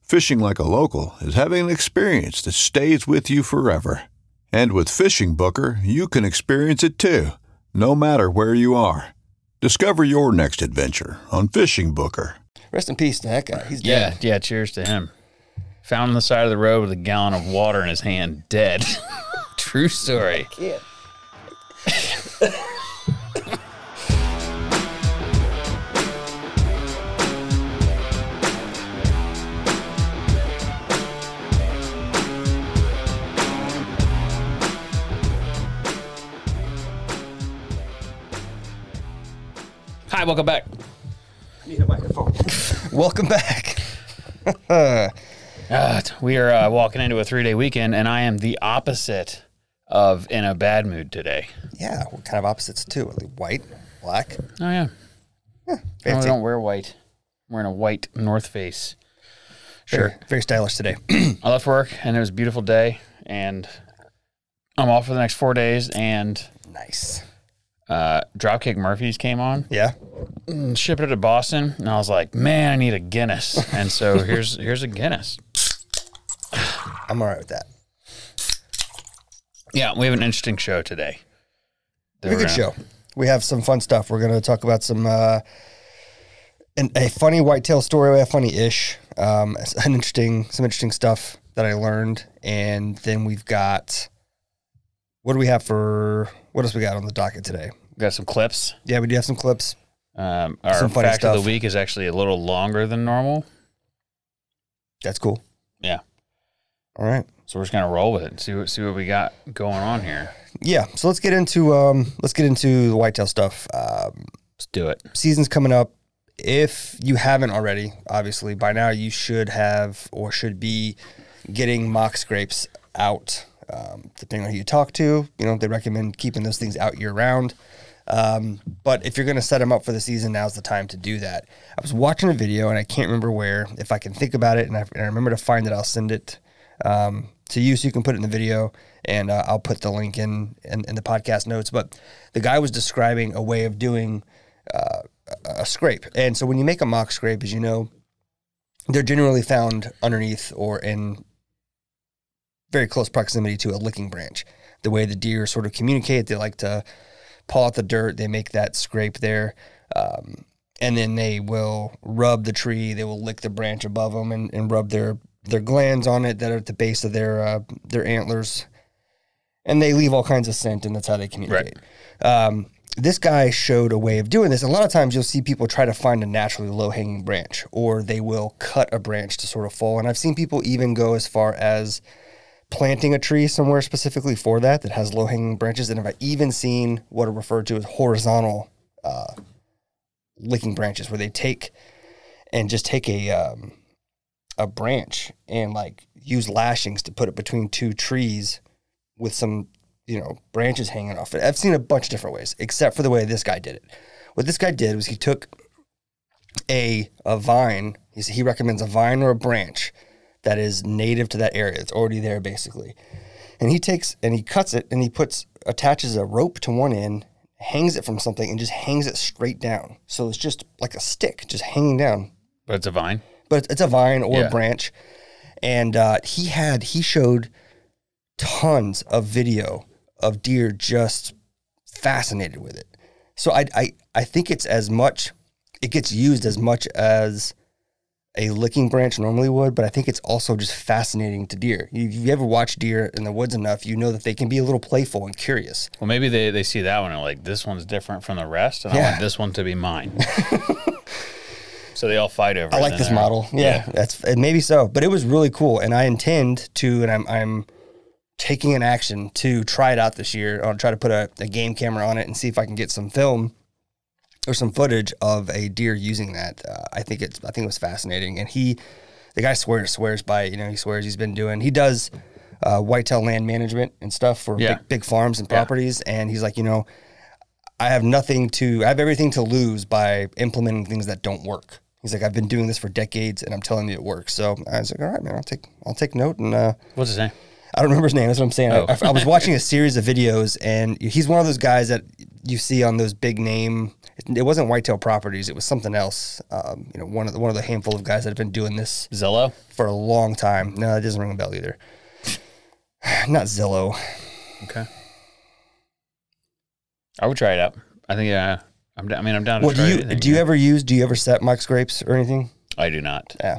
Fishing like a local is having an experience that stays with you forever. And with Fishing Booker, you can experience it too, no matter where you are. Discover your next adventure on Fishing Booker. Rest in peace to that guy. He's Yeah, dead. yeah. Cheers to him. Found on the side of the road with a gallon of water in his hand, dead. True story. Yeah. Hi, welcome back. Need a microphone. Welcome back. Uh, we are uh, walking into a three-day weekend, and I am the opposite of in a bad mood today. Yeah, what kind of opposites too? Like white, black, Oh yeah, I fancy. don't wear white. I'm wearing a white North Face. Very- Sure. very stylish today. I left work and it was a beautiful day and I'm off for the next four days and nice. uh, Dropkick Murphys came on Yeah. and shipped it to Boston and I was like, man, I need a Guinness. And so here's here's a Guinness. I'm all right with that. Yeah, we have an interesting show today. that We have a we're good gonna- show. We have some fun stuff. We're going to talk about some uh, an, a funny whitetail story, a funny-ish, um, an interesting, some interesting stuff that I learned, and then we've got what do we have for what else we got on the docket today? we Got some clips. Yeah, we do have some clips. Um, our Some funny fact of stuff. the week is actually a little longer than normal. That's cool. Yeah. All right. So we're just gonna roll with it and see what see what we got going on here. Yeah. So let's get into um, let's get into the whitetail stuff. Um, Let's do it. season's coming up. If you haven't already, obviously by now you should have or should be getting mock scrapes out. Um, depending on who you talk to, you know they recommend keeping those things out year round. Um, but if you're going to set them up for the season, now's the time to do that. I was watching a video and I can't remember where. If I can think about it and I, and I remember to find it, I'll send it um, to you so you can put it in the video and uh, I'll put the link in, in in the podcast notes. But the guy was describing a way of doing uh, a a scrape, and so when you make a mock scrape, as you know, they're generally found underneath or in very close proximity to a licking branch. The way the deer sort of communicate, they like to paw at the dirt. They make that scrape there, um, and then they will rub the tree. They will lick the branch above them and, and rub their their glands on it that are at the base of their uh, their antlers, and they leave all kinds of scent, and that's how they communicate. Um, this guy showed a way of doing this. A lot of times, you'll see people try to find a naturally low hanging branch, or they will cut a branch to sort of fall. And I've seen people even go as far as planting a tree somewhere specifically for that that has low hanging branches. And have I even seen what are referred to as horizontal uh, licking branches, where they take and just take a um, a branch and like use lashings to put it between two trees with some you know branches hanging off it. I've seen a bunch of different ways, except for the way this guy did it. What this guy did was he took a a vine. He s- he recommends a vine or a branch that is native to that area. It's already there basically. And he takes and he cuts it and he puts attaches a rope to one end, hangs it from something, and just hangs it straight down. So it's just like a stick, just hanging down. But it's a vine. But it's- it's a vine or Yeah. a branch. And uh, he had he showed tons of video of deer just fascinated with it. So I I, I think it's as much it gets used as much as a licking branch normally would, but I think it's also just fascinating to deer. If you ever watch deer in the woods enough, you know that they can be a little playful and curious. Well, maybe they, they see that one and like this one's different from the rest, and I Yeah. want this one to be mine. so they all fight over. I it, like then this they're- model. Yeah, that's and maybe so, but it was really cool, and I intend to, and I'm I'm taking an action to try it out this year. I'll try to put a, a game camera on it and see if I can get some film or some footage of a deer using that. Uh, I think it's I think it was fascinating, and he the guy swears swears by it. You know, he swears he's been doing. He does uh, whitetail land management and stuff for Yeah. big, big farms and properties, and he's like, you know. I have nothing to, I have everything to lose by implementing things that don't work. He's like, I've been doing this for decades and I'm telling you it works. So I was like, all right, man, I'll take, I'll take note. And, uh, What's his name? I don't remember his name. That's what I'm saying. I- Oh. I, I was watching a series of videos and he's one of those guys that you see on those big name, it wasn't Whitetail Properties. It was something else. Um, you know, one of the, one of the handful of guys that have been doing this Zillow. for a long time. No, that doesn't ring a bell either. Not Zillow. Okay. I would try it out. I think yeah. I'm. down I mean, I'm down to Well, do try you, anything, do you yeah. ever use, do you ever set mock scrapes or anything? I do not. Yeah.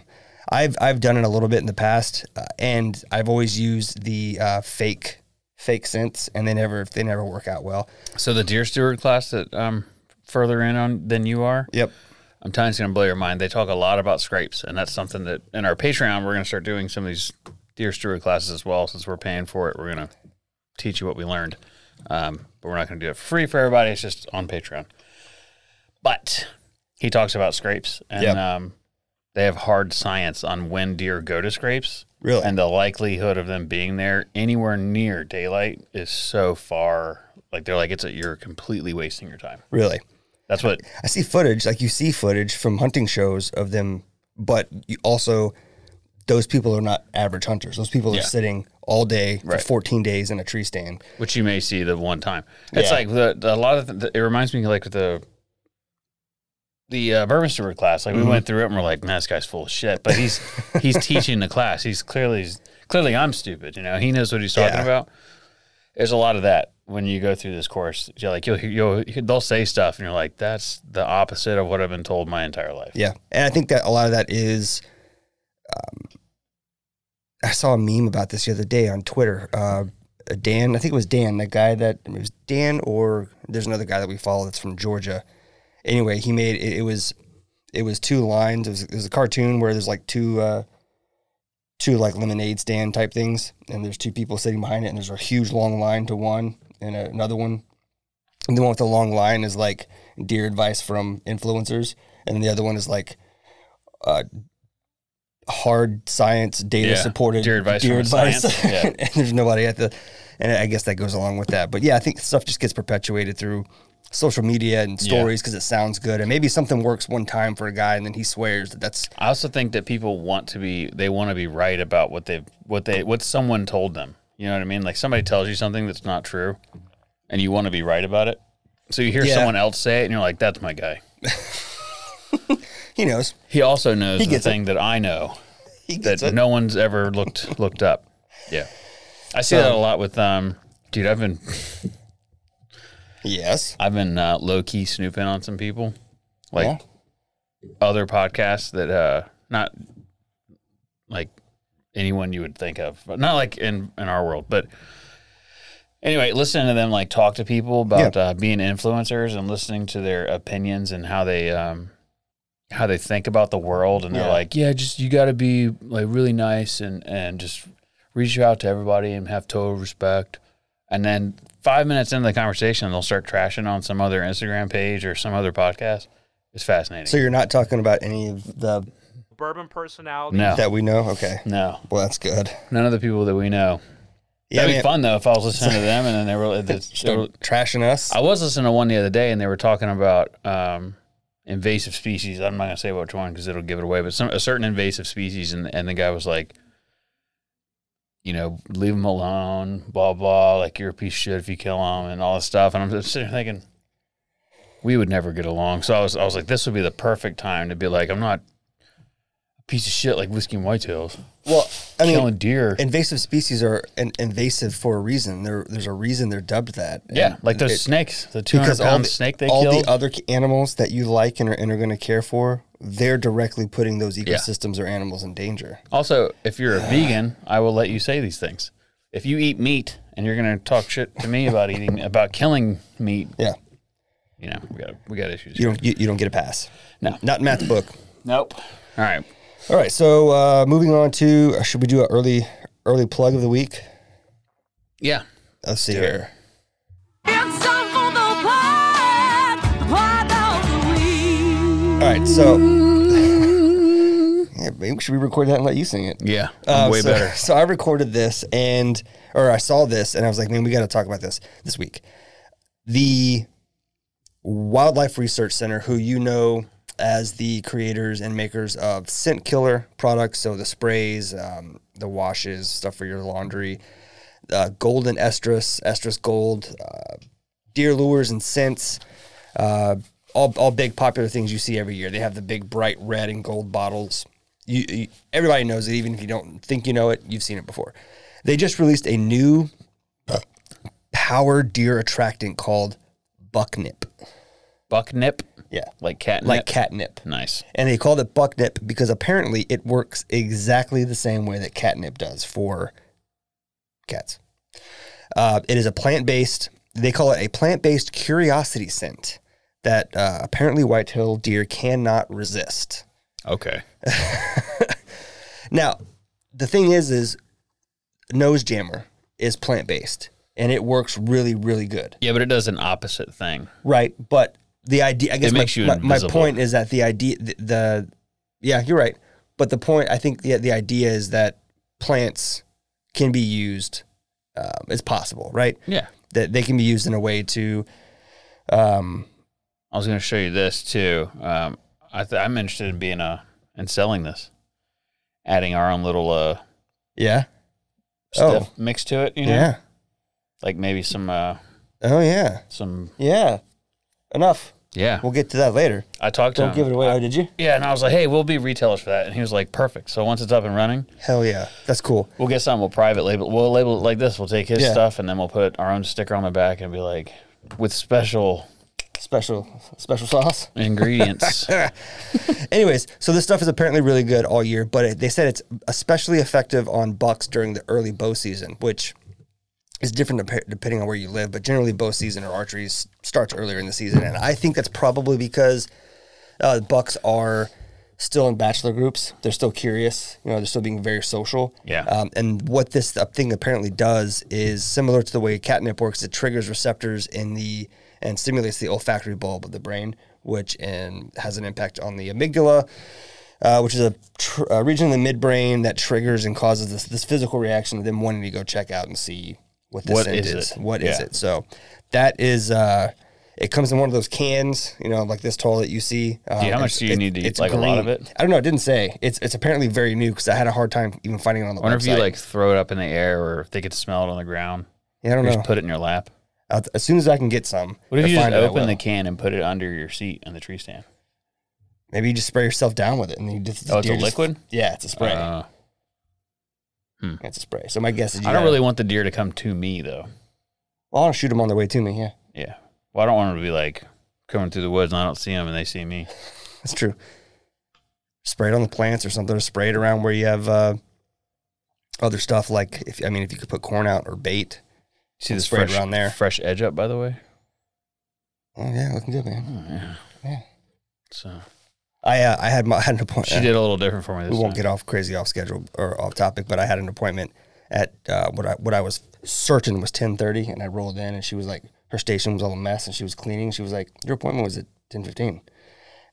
I've I've done it a little bit in the past, uh, and I've always used the uh, fake fake scents, and they never they never work out well. So the deer steward class that I'm further in on than you are, Yep. I'm telling you, it's gonna blow your mind. They talk a lot about scrapes, and that's something that in our Patreon we're gonna start doing some of these deer steward classes as well. Since we're paying for it, we're gonna teach you what we learned. Um, but we're not gonna do it for free for everybody. It's just on Patreon. But he talks about scrapes, and Yep. um, they have hard science on when deer go to scrapes. Really? And the likelihood of them being there anywhere near daylight is so far. Like they're like it's a, you're completely wasting your time. Really. That's what I see footage like you see footage from hunting shows of them, but you also those people are not average hunters. Those people Yeah. are sitting all day Right. for 14 days in a tree stand. which you may see the one time. It's Yeah. like the, the a lot of the, it reminds me like the the uh, bourbon steward class. Like Mm-hmm. we went through it and we're like, man, this guy's full of shit. But he's he's teaching the class. He's clearly clearly I'm stupid. You know, he knows what he's talking Yeah. about. There's a lot of that when you go through this course. You're like you'll, you'll they'll say stuff and you're like, that's the opposite of what I've been told my entire life. Yeah, and I think that a lot of that is. Um, I saw a meme about this the other day on Twitter. Uh, Dan, I think it was Dan, the guy that it was Dan, or there's another guy that we follow that's from Georgia. Anyway, he made it, it was it was two lines. It was, it was a cartoon where there's like two uh, two like lemonade stand type things, and there's two people sitting behind it, and there's a huge long line to one and a, another one. And the one with the long line is like deer advice from influencers, and the other one is like uh, hard science data Yeah, supported deer advice from science, yeah. and there's nobody at the, and I guess that goes along with that. But yeah, I think stuff just gets perpetuated through social media and Yeah. stories because it sounds good, and maybe something works one time for a guy, and then he swears that that's I also think that people want to be they want to be right about what they what they what someone told them. You know what I mean? Like somebody tells you something that's not true and you want to be right about it. So you hear Yeah. someone else say it and you're like, that's my guy. he knows. He also knows the gets it. thing that I know He that gets it. no one's ever looked looked up. Yeah. I see that a lot with um dude, I've been Yes. I've been uh, low key snooping on some people. Like Yeah. other podcasts that uh not like anyone you would think of but not like in in our world but anyway listening to them like talk to people about uh, being influencers and listening to their opinions and how they um how they think about the world and they're Yeah. like yeah just you got to be like really nice and and just reach out to everybody and have total respect and then five minutes into the conversation they'll start trashing on some other instagram page or some other podcast it's fascinating So you're not talking about any of the Bourbon personality. no that we know. Okay. no, Well, that's good. none of the people that we know. That'd be man. fun though if I was listening to them and then they were. They, they They're were- trashing us. I was listening to one the other day and they were talking about um, invasive species. I'm not gonna say which one because it'll give it away, but some a certain invasive species and and the guy was like, you know, leave them alone, blah blah. Like you're a piece of shit if you kill them and all this stuff. And I'm just sitting there thinking, we would never get along. So I was, I was like, this would be the perfect time to be like, I'm not a piece of shit like whiskey and whitetails, Well, I mean, killing deer. invasive species are in, invasive for a reason. There, there's a reason they're dubbed that. yeah, And like those it- snakes, the 200 because all pound the, snake they all killed. the other c- animals that you like and are, and are going to care for, they're directly putting those ecosystems or animals in danger. Also, if you're a vegan, I will let you say these things. If you eat meat and you're going to talk shit to me about eating about killing meat, Yeah, you know, we got we got issues. you here. don't you, you don't get a pass. No. not in math book. Nope. All right. All right, so uh, moving on to uh, should we do an early early plug of the week? Yeah. Let's see here. It's time for the pod, pod of the week. All right, so yeah, maybe should we record that and let you sing it? Yeah. Uh, way so, better. So I recorded this and, or I saw this and I was like, man, we got to talk about this this week. The Wildlife Research Center, who you know as the creators and makers of scent killer products, so the sprays, um, the washes, stuff for your laundry, uh, golden estrus, estrus gold, uh, deer lures and scents. Uh, all, all big popular things you see every year. They have the big bright red and gold bottles. You, you, everybody knows it, even if you don't think you know it, you've seen it before. They just released a new power deer attractant called bucknip. Buck nip, Yeah, like cat. like catnip. Nice. And they called it bucknip because apparently it works exactly the same way that catnip does for cats. Uh, it is a plant based, they call it a plant based curiosity scent that uh, apparently white-tailed deer cannot resist. Okay. Now, the thing is, is nose jammer is plant based and it works really, really good, Yeah, but it does an opposite thing. right? But the idea, I guess, makes you my, my, my invisible. point is that the idea, the, the yeah, you're right. But the point, I think, the the idea is that plants can be used. Um, it's possible, right? Yeah. That they can be used in a way to, um, I was going to show you this too. Um, I th- I'm interested in being a in selling this, adding our own little uh yeah, Oh. stuff mix to it. You know, yeah, like maybe some uh oh yeah, some yeah. Enough. yeah. We'll get to that later. I talked to Don't him. give it away. Oh, did you? Yeah, and I was like, hey, we'll be retailers for that. And he was like, perfect. So once it's up and running, Hell yeah, that's cool. we'll get some. We'll private label. We'll label it like this. We'll take his Yeah. stuff and then we'll put our own sticker on the back and be like, with special Special, special sauce. ingredients. Anyways, so this stuff is apparently really good all year, but it, they said it's especially effective on bucks during the early bow season, which is different dep- depending on where you live. But generally, bow season or archery s- starts earlier in the season, and I think that's probably because uh, bucks are still in bachelor groups. They're still curious. You know, they're still being very social. Yeah. Um, and what this thing apparently does is similar to the way catnip works. It triggers receptors in the and stimulates the olfactory bulb of the brain, which and has an impact on the amygdala. Uh, which is a, tr- a region of the midbrain that triggers and causes this, this physical reaction of them wanting to go check out and see what this What scent is is. it? What is Yeah. it? So that is uh, it comes in one of those cans, you know, like this tall that you see. Um, how it's- much do you it- need to eat? it's Like a lot of it? I don't know. It didn't say. It's it's apparently very new because I had a hard time even finding it on the I wonder website. if you like throw it up in the air or if they could smell it on the ground. yeah, I don't Or know. just put it in your lap. I'll- as soon as I can get some, What if and you just find it, I open will. the can and put it under your seat on the tree stand? Maybe you just spray yourself down with it, and then you just Oh, it's a deer just- liquid? yeah, it's a spray. Uh, it's a spray. So my guess is you I don't gotta- really want the deer to come to me though. Well, I'll shoot them on their way to me. Yeah, Yeah. Well, I don't want them to be like coming through the woods and I don't see them and they see me. that's true. Spray it on the plants or something. Or spray it around where you have uh, other stuff. Like if I mean, if you could put corn out or bait. See And this spray it fresh, around there. fresh edge up, by the way. Oh yeah, looking good, man. So I uh, I had my I had an appointment. she did a little different for me. This we won't time. get off crazy off schedule or off topic, but I had an appointment at uh, what I what I was certain was ten thirty, and I rolled in, and she was like, her station was all a mess, and she was cleaning. She was like, your appointment was at ten fifteen,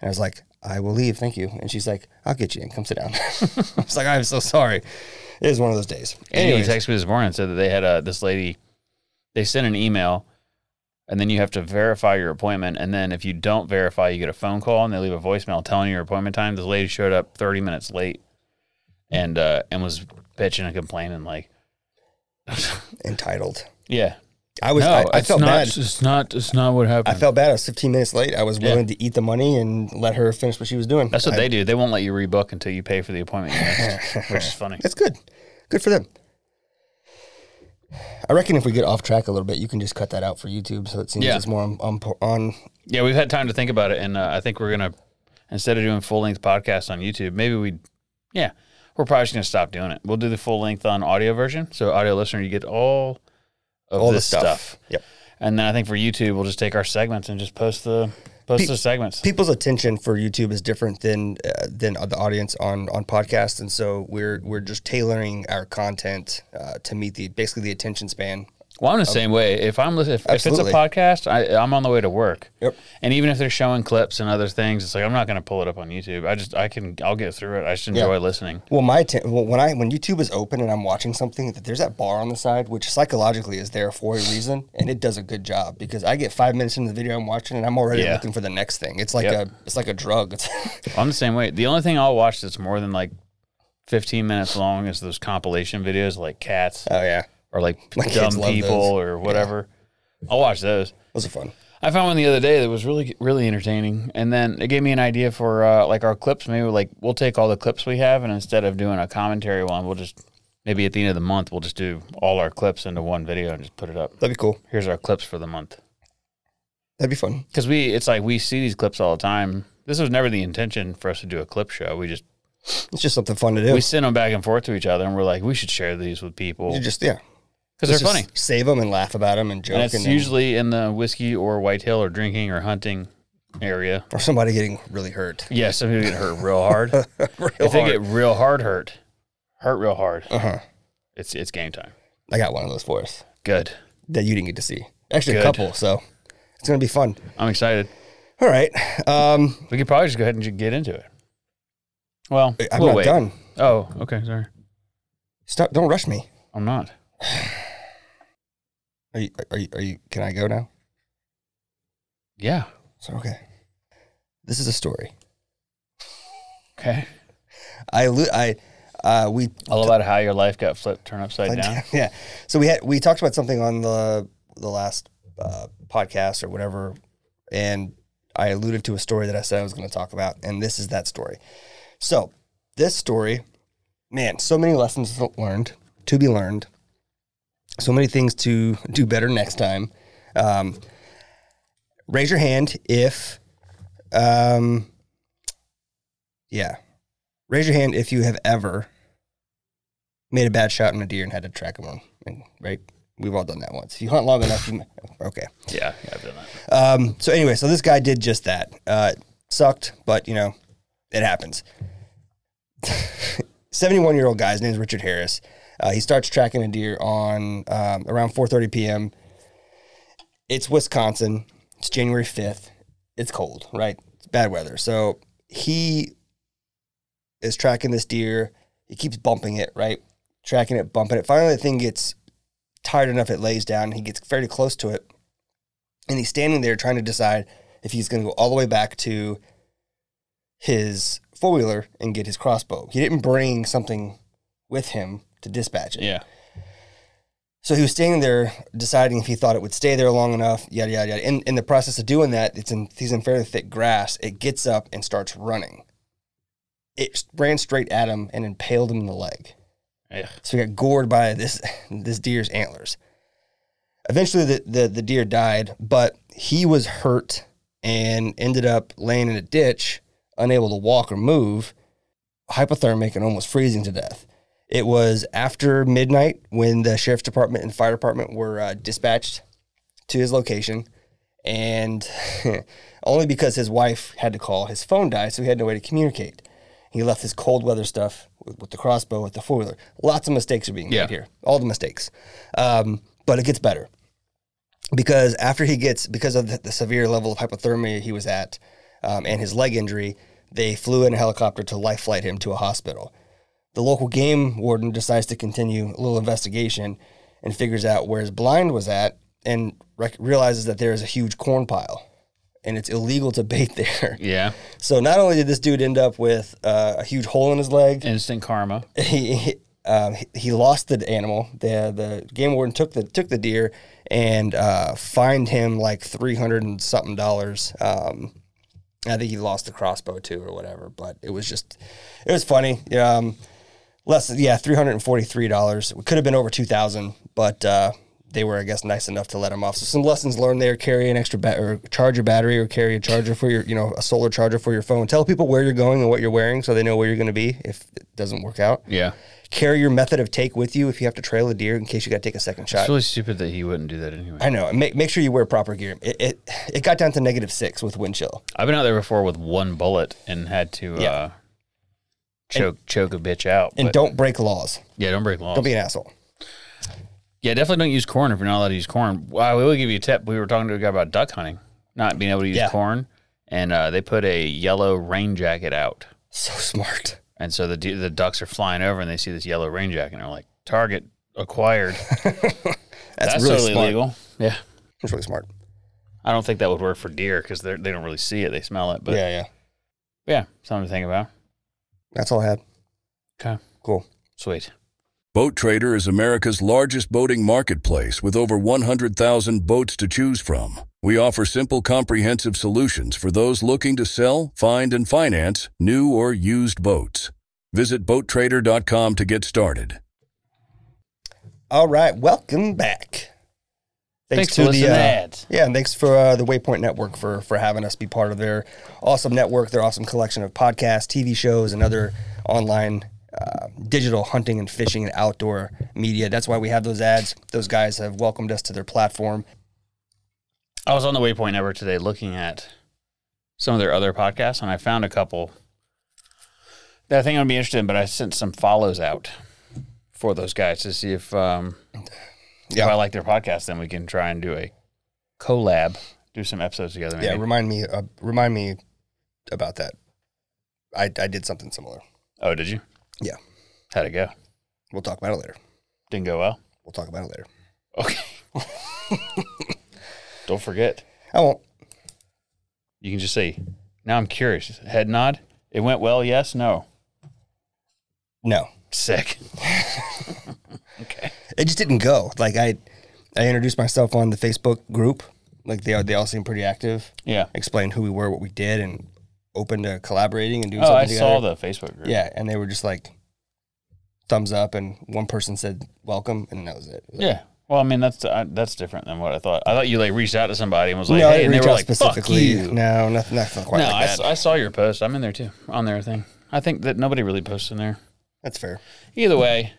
and I was like, I will leave, thank you. And she's like, I'll get you in, come sit down. I was like, I'm so sorry. It was one of those days. And he Anyways, texted me this morning and said that they had a this lady. They sent an email, and then you have to verify your appointment. And then if you don't verify, you get a phone call and they leave a voicemail telling you your appointment time. This lady showed up 30 minutes late, and uh, and was bitching and complaining like, entitled. Yeah. I was. no, I, I it's felt not, bad. It's not. It's not what I happened. felt bad. I was 15 minutes late. I was willing to eat the money and let her finish what she was doing. That's what I- they do. They won't let you rebook until you pay for the appointment, you missed, which is funny. That's good. Good for them. I reckon if we get off track a little bit, you can just cut that out for YouTube, so it seems Yeah. it's more on, on, on Yeah, we've had time to think about it, and uh, I think we're gonna instead of doing full length podcasts on YouTube, maybe we, yeah, we're probably just gonna stop doing it. We'll do the full length on audio version, so audio listener, you get all of all this this stuff. stuff. Yep. and then I think for YouTube, we'll just take our segments and just post the post Pe- the segments. People's attention for YouTube is different than uh, than the audience on on podcasts, and so we're we're just tailoring our content uh, to meet the basically the attention span. well, I'm the same way. If I'm listening, if, if it's a Absolutely. podcast, I, I'm on the way to work. Yep. And even if they're showing clips and other things, it's like I'm not gonna pull it up on YouTube. I just I can I'll get through it. I just enjoy listening. Well, my atten- well, when I when YouTube is open and I'm watching something, that there's that bar on the side, which psychologically is there for a reason, and it does a good job because I get five minutes into the video I'm watching and I'm already Yeah. looking for the next thing. It's like Yep. a it's like a drug. It's I'm the same way. The only thing I'll watch that's more than like 15 minutes long is those compilation videos like cats Oh yeah, or like My kids dumb love people those. or whatever. I'll watch those. those are fun. I found one the other day that was really really entertaining, and then it gave me an idea for uh, like our clips. Maybe like we'll take all the clips we have, and instead of doing a commentary one, we'll just maybe at the end of the month we'll just do all our clips into one video and just put it up. That'd be cool. Here's our clips for the month That'd be fun. because we it's like we see these clips all the time. This was never the intention for us to do a clip show. We just It's just something fun to do. we send them back and forth to each other, and we're like, we should share these with people You because just yeah, they're Let's just funny. Save them and laugh about them and joke. And it's then- usually in the whiskey or whitetail or drinking or hunting area. or somebody getting really hurt. Yeah, some people get hurt real hard. if they get real hard hurt, hurt real hard, Uh huh. it's it's game time. I got one of those for us Good. that you didn't get to see. Actually, Good. a couple. So it's gonna be fun. I'm excited. All right. Um, We could probably just go ahead and ju- get into it. Well, I'm we'll not wait. done. Oh, okay. Sorry, Stop! Don't rush me. I'm not. Are you? Are you? Are you can I go now? Yeah. So okay. This is a story. Okay. I lo- I uh, we All about how your life got flipped, turned upside down. Yeah. So we had we talked about something on the the last uh, podcast or whatever, and I alluded to a story that I said I was going to talk about, and this is that story. So this story, man, so many lessons learned to be learned, so many things to do better next time. Um, raise your hand if, um, yeah, raise your hand if you have ever made a bad shot on a deer and had to track him on, and, right? We've all done that once. If you hunt long enough, you, okay. Yeah, yeah, I've done that. Um, so anyway, so this guy did just that. Uh, sucked, but you know, it happens. Seventy-one-year-old guy. His name's Richard Harris. Uh, he starts tracking a deer on um, around 4:30 p.m. It's Wisconsin. It's January 5th. It's cold, right? It's bad weather. So he is tracking this deer. He keeps bumping it, right? Tracking it, bumping it. Finally, the thing gets tired enough. It lays down. He gets fairly close to it and he's standing there trying to decide if he's going to go all the way back to his four wheeler and get his crossbow. He didn't bring something with him to dispatch it. Yeah. So he was standing there deciding if he thought it would stay there long enough, yada yada yada. In in the process of doing that, it's in he's in fairly thick grass. It gets up and starts running. It ran straight at him and impaled him in the leg. Ugh. So he got gored by this this deer's antlers. Eventually, the, the the deer died, but he was hurt and ended up laying in a ditch, unable to walk or move, hypothermic and almost freezing to death. It was after midnight when the sheriff's department and fire department were uh, dispatched to his location, and only because his wife had to call, his phone died, so he had no way to communicate. He left his cold weather stuff with, with the crossbow, with the four wheeler. Lots of mistakes are being Yeah. made here. All the mistakes. Um, but it gets better because after he gets, because of the, the severe level of hypothermia he was at um, and his leg injury, they flew in a helicopter to life flight him to a hospital. The local game warden decides to continue a little investigation and figures out where his blind was at and rec- realizes that there is a huge corn pile and it's illegal to bait there. Yeah. So not only did this dude end up with uh, a huge hole in his leg, Instant karma. he, Um, he, he lost the animal. The the game warden took the took the deer and uh, fined him like three hundred and something dollars. Um, I think he lost the crossbow too or whatever. But it was just it was funny. Um, less yeah, three hundred and forty three dollars. It could have been over two thousand, but uh, they were I guess nice enough to let him off. So some lessons learned there: carry an extra ba- or charge your battery, or carry a charger for your you know a solar charger for your phone. Tell people where you're going and what you're wearing so they know where you're going to be if it doesn't work out. Yeah. Carry your method of take with you if you have to trail a deer in case you got to take a second shot. It's really stupid that he wouldn't do that anyway. I know. and Make, make sure you wear proper gear. It, it it got down to negative six with wind chill. I've been out there before with one bullet and had to Yeah. uh, choke choke a bitch out. And but- don't break laws. yeah, don't break laws. Don't be an asshole. yeah, definitely don't use corn if you're not allowed to use corn. Wow, we will give you a tip. We were talking to a guy about duck hunting, not being able to use Yeah. corn, and uh, they put a yellow rain jacket out, So smart. and so the de- the ducks are flying over and they see this yellow rain jacket and they're like, "Target acquired." That's, really totally smart. legal. Yeah, That's really smart. I don't think that would work for deer because they they don't really see it; they smell it. But yeah. yeah, yeah. something to think about. That's all I had. Okay, Cool. sweet. Boat Trader is America's largest boating marketplace with over 100,000 boats to choose from. We offer simple, comprehensive solutions for those looking to sell, find, and finance new or used boats. Visit BoatTrader.com to get started. All right, welcome back. Thanks for listening to uh, ads. yeah, and thanks for uh, the Waypoint Network for for having us be part of their awesome network, their awesome collection of podcasts, TV shows, and other online uh, digital hunting and fishing and outdoor media. That's why we have those ads. Those guys have welcomed us to their platform. I was on the Waypoint Network today looking at some of their other podcasts, and I found a couple that I think I'd be interested in, but I sent some follows out for those guys to see if um, Yeah. if I like their podcast, then we can try and do a collab, do some episodes together. Maybe. Yeah, remind me uh, remind me about that. I I did something similar. oh, did you? Yeah. How'd it go? We'll talk about it later. Didn't go well. We'll talk about it later. Okay. Don't forget. I won't. You can just say, "Now I'm curious." Head nod. It went well. Yes. No. No. Sick. okay. it just didn't go. Like I, I introduced myself on the Facebook group. Like they they all seemed pretty active. Yeah. Explained who we were, what we did, and open to collaborating and doing Oh, something I together. saw the Facebook group. Yeah, and they were just like thumbs up, and one person said welcome, and that was it. Yeah. Well, I mean that's uh, that's different than what I thought. I thought you like reached out to somebody and was No, like, I "Hey," didn't and they reach were out like, "Fuck you." No, nothing, nothing quite no, like I, that. s- I saw your post. I'm in there too on their thing. I think that nobody really posts in there. That's fair. Either way,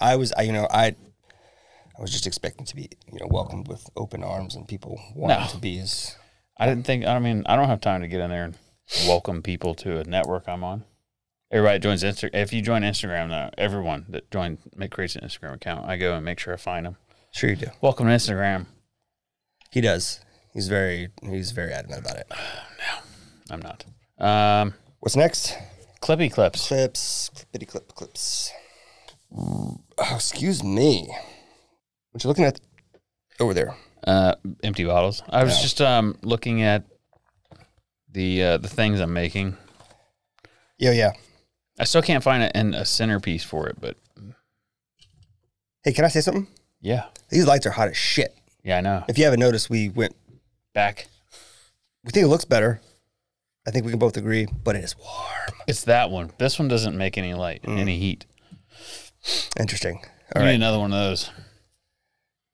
I was, I, you know, I, I was just expecting to be, you know, welcomed with open arms and people wanting No. to be as I didn't think. I mean, I don't have time to get in there and welcome people to a network I'm on. Everybody joins Insta. If you join Instagram, though, everyone that joined make creates an Instagram account. I go and make sure I find them. sure you do. Welcome to Instagram. He does. He's very, he's very adamant about it. I'm not. Um, What's next? Clippy clips. clips, clippity clip clips. Oh, excuse me. What you looking at over there? uh, empty bottles. I was Yeah. just um, looking at the uh, the things I'm making. Yeah, yeah. I still can't find a, an, a centerpiece for it, but Hey, can I say something? yeah, These lights are hot as shit. yeah, I know. If you haven't noticed, we went. Back, We think it looks better. I think we can both agree, but it is warm. it's that one. This one doesn't make any light, any heat. Interesting. I Mm. All right, need another one of those.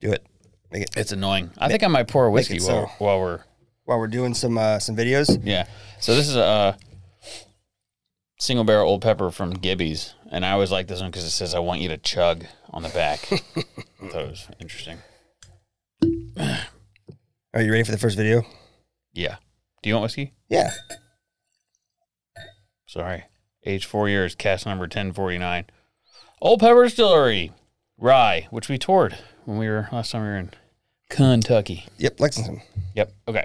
do it. Make it. It's annoying. I think I might pour whiskey it while, so. while we're While we're doing some uh, some videos, yeah. So this is a uh, single barrel old pepper from Gibby's, and I always like this one because it says "I want you to chug" on the back. that was interesting. are you ready for the first video? Yeah. Do you want whiskey? Yeah. Sorry. Age four years, cast number 1049. Old Pepper Distillery, Rye, which we toured when we were last time we were in Kentucky. Yep, Lexington. Yep. Okay.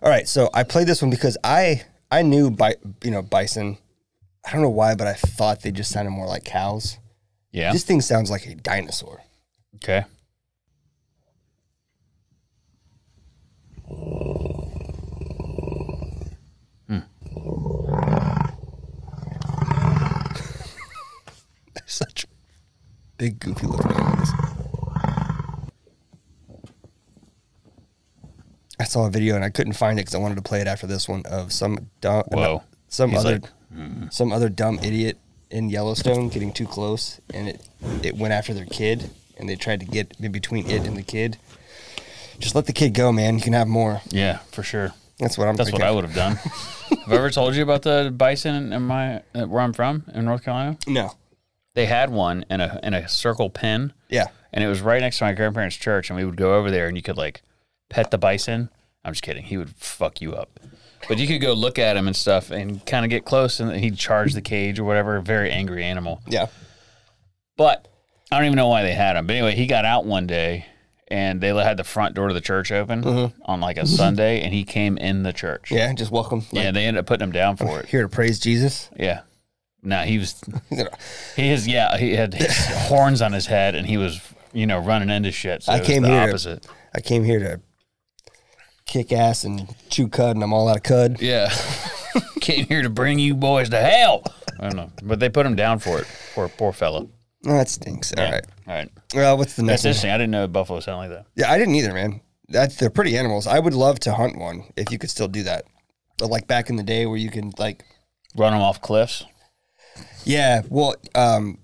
All right, so I played this one because I I knew bi- you know bison. I don't know why, but I thought they just sounded more like cows. Yeah. This thing sounds like a dinosaur. okay. Such big goofy looking animals. I saw a video and I couldn't find it because I wanted to play it after this one of some dumb, Whoa. some He's other, like, hmm. some other dumb idiot in Yellowstone getting too close and it it went after their kid and they tried to get in between it and the kid. Just let the kid go, man. You can have more. Yeah, for sure. That's what I'm. That's what thinking. I would have done. have I ever told you about the bison in my uh, where I'm from in North Carolina? No. They had one in a in a circle pen, Yeah. and it was right next to my grandparents' church, and we would go over there, and you could like pet the bison. I'm just kidding. He would fuck you up, but you could go look at him and stuff, and kind of get close, and he'd charge the cage or whatever. Very angry animal. Yeah. But I don't even know why they had him. But anyway, he got out one day and they had the front door to the church open on like a Sunday and he came in the church. Mm-hmm. Yeah. Just welcome. Yeah, Like, they ended up putting him down for it. Here to praise Jesus. Yeah. No, he was, he is, yeah, he had his horns on his head and he was, you know, running into shit. So I it was came the here to- opposite. I came here to kick ass and chew cud, and I'm all out of cud. Yeah. came here to bring you boys to hell. I don't know. But they put him down for it. Poor, poor fella. Oh, that stinks. All Yeah. right. All right. Well, what's the next That's one? interesting. I didn't know buffalo sound like that. Yeah, I didn't either, man. That's they're pretty animals. I would love to hunt one if you could still do that. But like back in the day where you can like Run them off cliffs. Yeah, well, um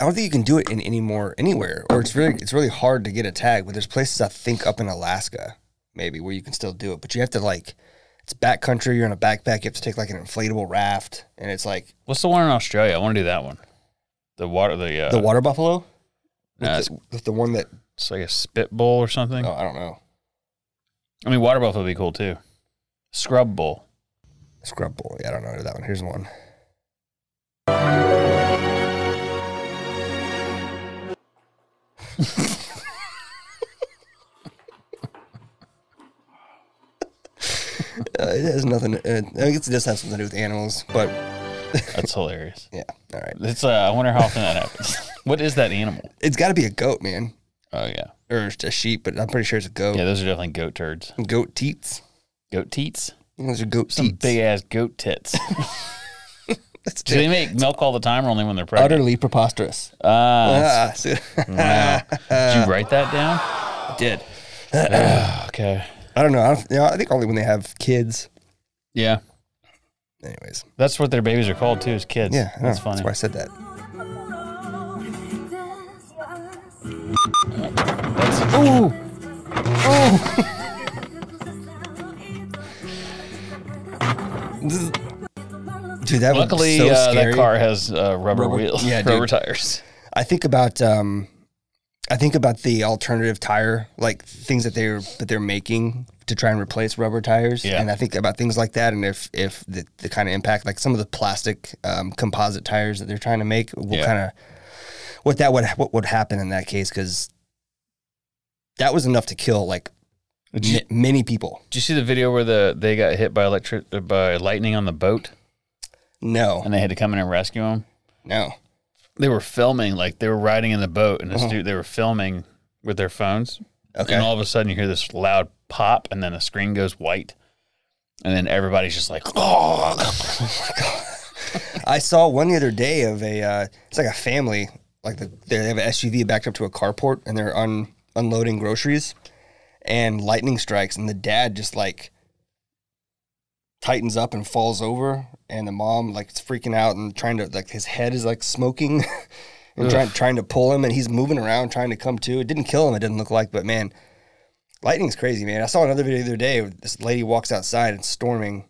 I don't think you can do it in anymore anywhere. Or it's really it's really hard to get a tag, but there's places I think up in Alaska maybe where you can still do it. But you have to like it's backcountry, you're in a backpack, you have to take like an inflatable raft and it's like What's the one in Australia? I want to do that one. The water, the uh, the water buffalo? With, uh, the, with the one that it's like a spit bowl or something. oh, I don't know. I mean, water buffalo would be cool too. Scrub bowl. Scrub bowl. Yeah, I don't know that one. Here's one. uh, it has nothing. Uh, I guess it does have something to do with animals, but That's hilarious. yeah. All right. It's. Uh, I wonder how often that happens. what is that animal? It's got to be a goat, man, Oh yeah, or a sheep, but I'm pretty sure it's a goat. yeah. Those are definitely goat turds. Goat teats. Goat teats. Those are goat Some teats. big ass goat tits. That's do they make milk all the time or only when they're pregnant? utterly preposterous. Ah, Ah, so- did you write that down? did. Okay. I don't know. I, don't, you know, I think only when they have kids. Yeah, Anyways. that's what their babies are called too, is kids. Yeah, I know. that's funny. That's why I said that. Ooh. Dude, that Luckily, was so uh, scary. that car has uh, rubber, Rubber- wheels, yeah, dude. rubber tires. I think about um, I think about the alternative tire, like things that they're that they're making to try and replace rubber tires. Yeah. And I think about things like that, and if if the, the kind of impact, like some of the plastic um, composite tires that they're trying to make, what Yeah. kind of what that would what would happen in that case? Because that was enough to kill like you- ma- many people. Did you see the video where the they got hit by electric uh, by lightning on the boat No, and they had to come in and rescue them? no. They were filming like they were riding in the boat and this dude they were filming with their phones. Okay. And all of a sudden you hear this loud pop and then the screen goes white. And then everybody's just like, "Oh." I saw one the other day of a uh, it's like a family like the, they have an SUV backed up to a carport and they're un, unloading groceries and lightning strikes and the dad just like tightens up and falls over and the mom like is freaking out and trying to like his head is like smoking and trying trying to pull him and he's moving around trying to come to. It didn't kill him. It didn't look like, but man, lightning's crazy, man. I saw another video the other day. of This lady walks outside it's storming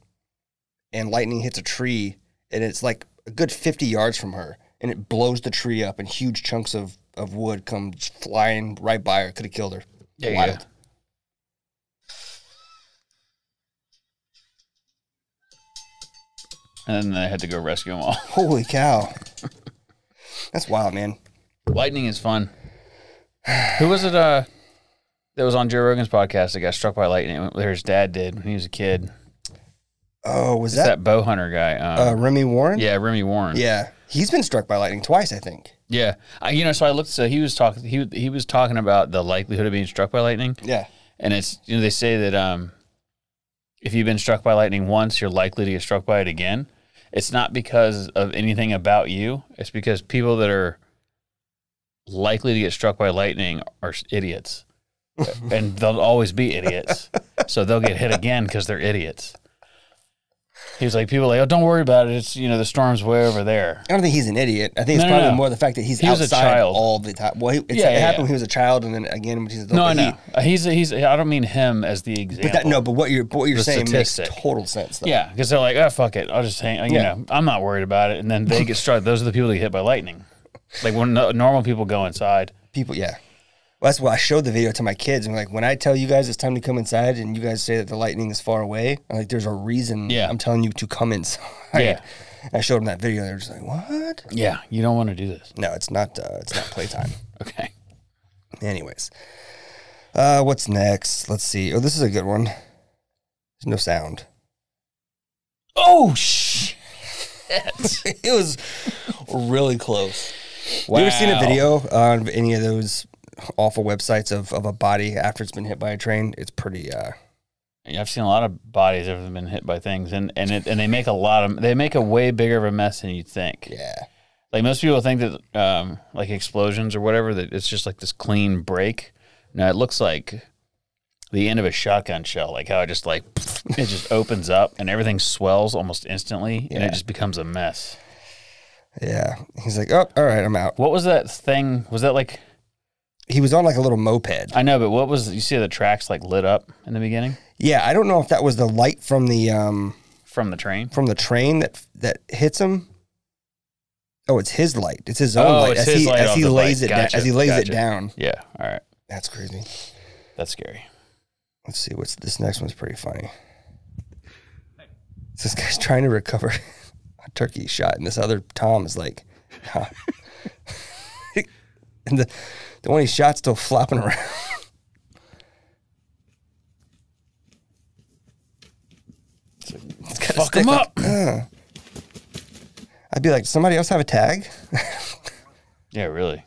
and lightning hits a tree and it's like a good 50 yards from her and it blows the tree up and huge chunks of, of wood come flying right by her could have killed her Yeah, yeah. Wild. And then they had to go rescue them all. holy cow that's wild man Lightning is fun. Who was it uh that was on Joe Rogan's podcast that got struck by lightning? Or his dad did when he was a kid. oh was It's that, that bow hunter guy. Um, uh, remy warren yeah, Remy Warren. yeah he's been struck by lightning twice i think yeah. I, you know, so I looked. So he was talking. He he was talking about the likelihood of being struck by lightning, yeah and it's you know they say that um, if you've been struck by lightning once, you're likely to get struck by it again. It's not because of anything about you. It's because people that are likely to get struck by lightning are s- idiots, and they'll always be idiots. so they'll get hit again because they're idiots. He was like, people are like, oh, don't worry about it. It's you know the storm's way over there. I don't think he's an idiot. I think it's No, no, probably no. more the fact that he's He was a outside child. all the time. Well, he, it's, Yeah, it yeah, happened yeah. when he was a child, and then again when he's an adult. No, I but he- know. He's he's. I don't mean him as the example. but that no, but what you're but what you're The saying statistic. makes total sense. Though. Yeah, because they're like, oh fuck it, I'll just hang. You Yeah. know, I'm not worried about it. And then they get struck. Those are the people that get hit by lightning. Like when no, normal people go inside. people. Yeah, well, that's why I showed the video to my kids. And like when I tell you guys it's time to come inside, and you guys say that the lightning is far away, I'm like there's a reason. Yeah. I'm telling you to come inside. Yeah. I showed them that video. and They're just like, what? Yeah, you don't want to do this. No, it's not. Uh, it's not playtime. Okay. Anyways, uh, what's next? Let's see. Oh, this is a good one. There's no sound. Oh shit! it was really close. You ever seen a Wow. video on any of those awful websites of, of a body after it's been hit by a train? It's pretty. Uh, Yeah, I've seen a lot of bodies that have been hit by things, and and it, and they make a lot of they make a way bigger of a mess than you think. yeah. Like most people think that um, like explosions or whatever that it's just like this clean break. No, it looks like the end of a shotgun shell, like how it just like it just opens up and everything swells almost instantly, and Yeah. it just becomes a mess. Yeah. He's like, oh, all right, I'm out. What was that thing? Was that like He was on like a little moped. I know, but what was you see the tracks like lit up in the beginning Yeah, I don't know if that was the light from the um from the train? from the train that that hits him. Oh, it's his light. It's his own Oh, light it's as his he light as off he the lays bike. it down, Gotcha, as he lays gotcha. it down. Yeah, all right, That's crazy. that's scary. Let's see what's this next one's pretty funny. This guy's trying to recover a turkey shot, and this other Tom is like, huh. and the the one he shot still flopping around. It's got a Fuck stick him like- up. I'd be like, "Does somebody else have a tag? Yeah, really.